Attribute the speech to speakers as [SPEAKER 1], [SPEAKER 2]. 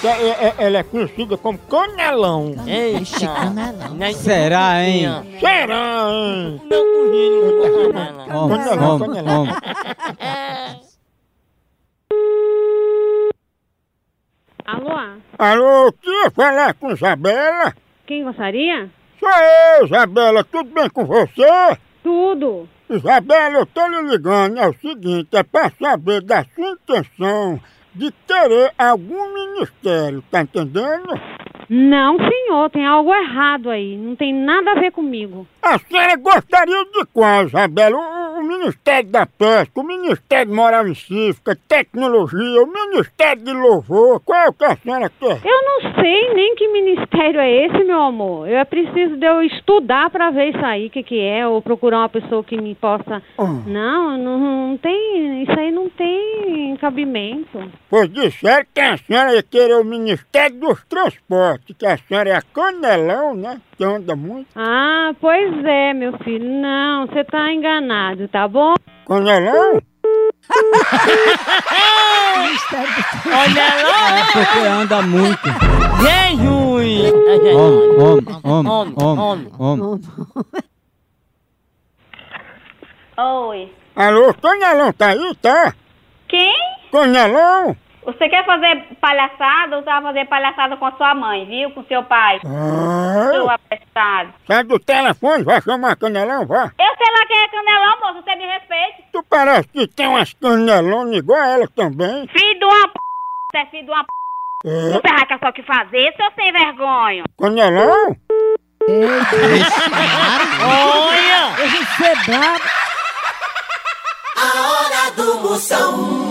[SPEAKER 1] que é- é- ela é conhecida como canelão.
[SPEAKER 2] Eixe,
[SPEAKER 3] canelão.
[SPEAKER 2] Será, hein?
[SPEAKER 1] Será, hein?
[SPEAKER 4] Meu currículo, canelão.
[SPEAKER 2] Vamos,
[SPEAKER 1] Canelão,
[SPEAKER 2] vamos,
[SPEAKER 1] canelão.
[SPEAKER 2] vamos.
[SPEAKER 5] Alô?
[SPEAKER 1] Alô, eu queria falar com Isabela?
[SPEAKER 5] Quem gostaria?
[SPEAKER 1] Sou eu, Isabela, tudo bem com você?
[SPEAKER 5] Tudo.
[SPEAKER 1] Isabela, eu tô lhe ligando, é o seguinte, é pra saber da sua intenção de querer algum ministério, tá entendendo?
[SPEAKER 5] Não, senhor, tem algo errado aí. Não tem nada a ver comigo.
[SPEAKER 1] A senhora gostaria de qual, Isabela? O, o- o Ministério da Pesca, o Ministério de Moral e Cívica, Tecnologia, o Ministério de Louvor, qual é o que a senhora quer?
[SPEAKER 5] Eu não sei nem que ministério é esse, meu amor. Eu preciso de eu estudar pra ver isso aí, o que, que é, ou procurar uma pessoa que me possa.
[SPEAKER 1] Hum.
[SPEAKER 5] Não, não, não tem. Isso aí não tem cabimento.
[SPEAKER 1] Pois disseram que a senhora ia querer o Ministério dos Transportes, que a senhora é a canelão, né? Que anda muito.
[SPEAKER 5] Ah, pois é, meu filho. Não, você tá enganado, tá bom?
[SPEAKER 1] Canelão?
[SPEAKER 4] Olha lá,
[SPEAKER 2] É, Porque anda muito.
[SPEAKER 4] Jesus!
[SPEAKER 2] Homem, homem, homem, homem,
[SPEAKER 4] Homem,
[SPEAKER 2] homem.
[SPEAKER 6] Oi.
[SPEAKER 1] Alô, canelão tá aí, tá?
[SPEAKER 6] Quem?
[SPEAKER 1] Canelão?
[SPEAKER 6] Você quer fazer palhaçada? Você vai fazer palhaçada com a sua mãe, viu? Com seu pai. Seu
[SPEAKER 1] Ah,
[SPEAKER 6] apressado.
[SPEAKER 1] sai do telefone, vai chamar canelão, vá.
[SPEAKER 6] Eu sei lá quem é canelão, moço. Você me respeite.
[SPEAKER 1] Tu parece que tem umas canelonas igual a ela também.
[SPEAKER 6] Filho de uma p... Você é filho de uma p...
[SPEAKER 1] É.
[SPEAKER 6] Não perraca só o que fazer, seu sem vergonha.
[SPEAKER 1] Canelão?
[SPEAKER 4] Olha!
[SPEAKER 3] Eu vou ser brabo.
[SPEAKER 7] A hora do Moção.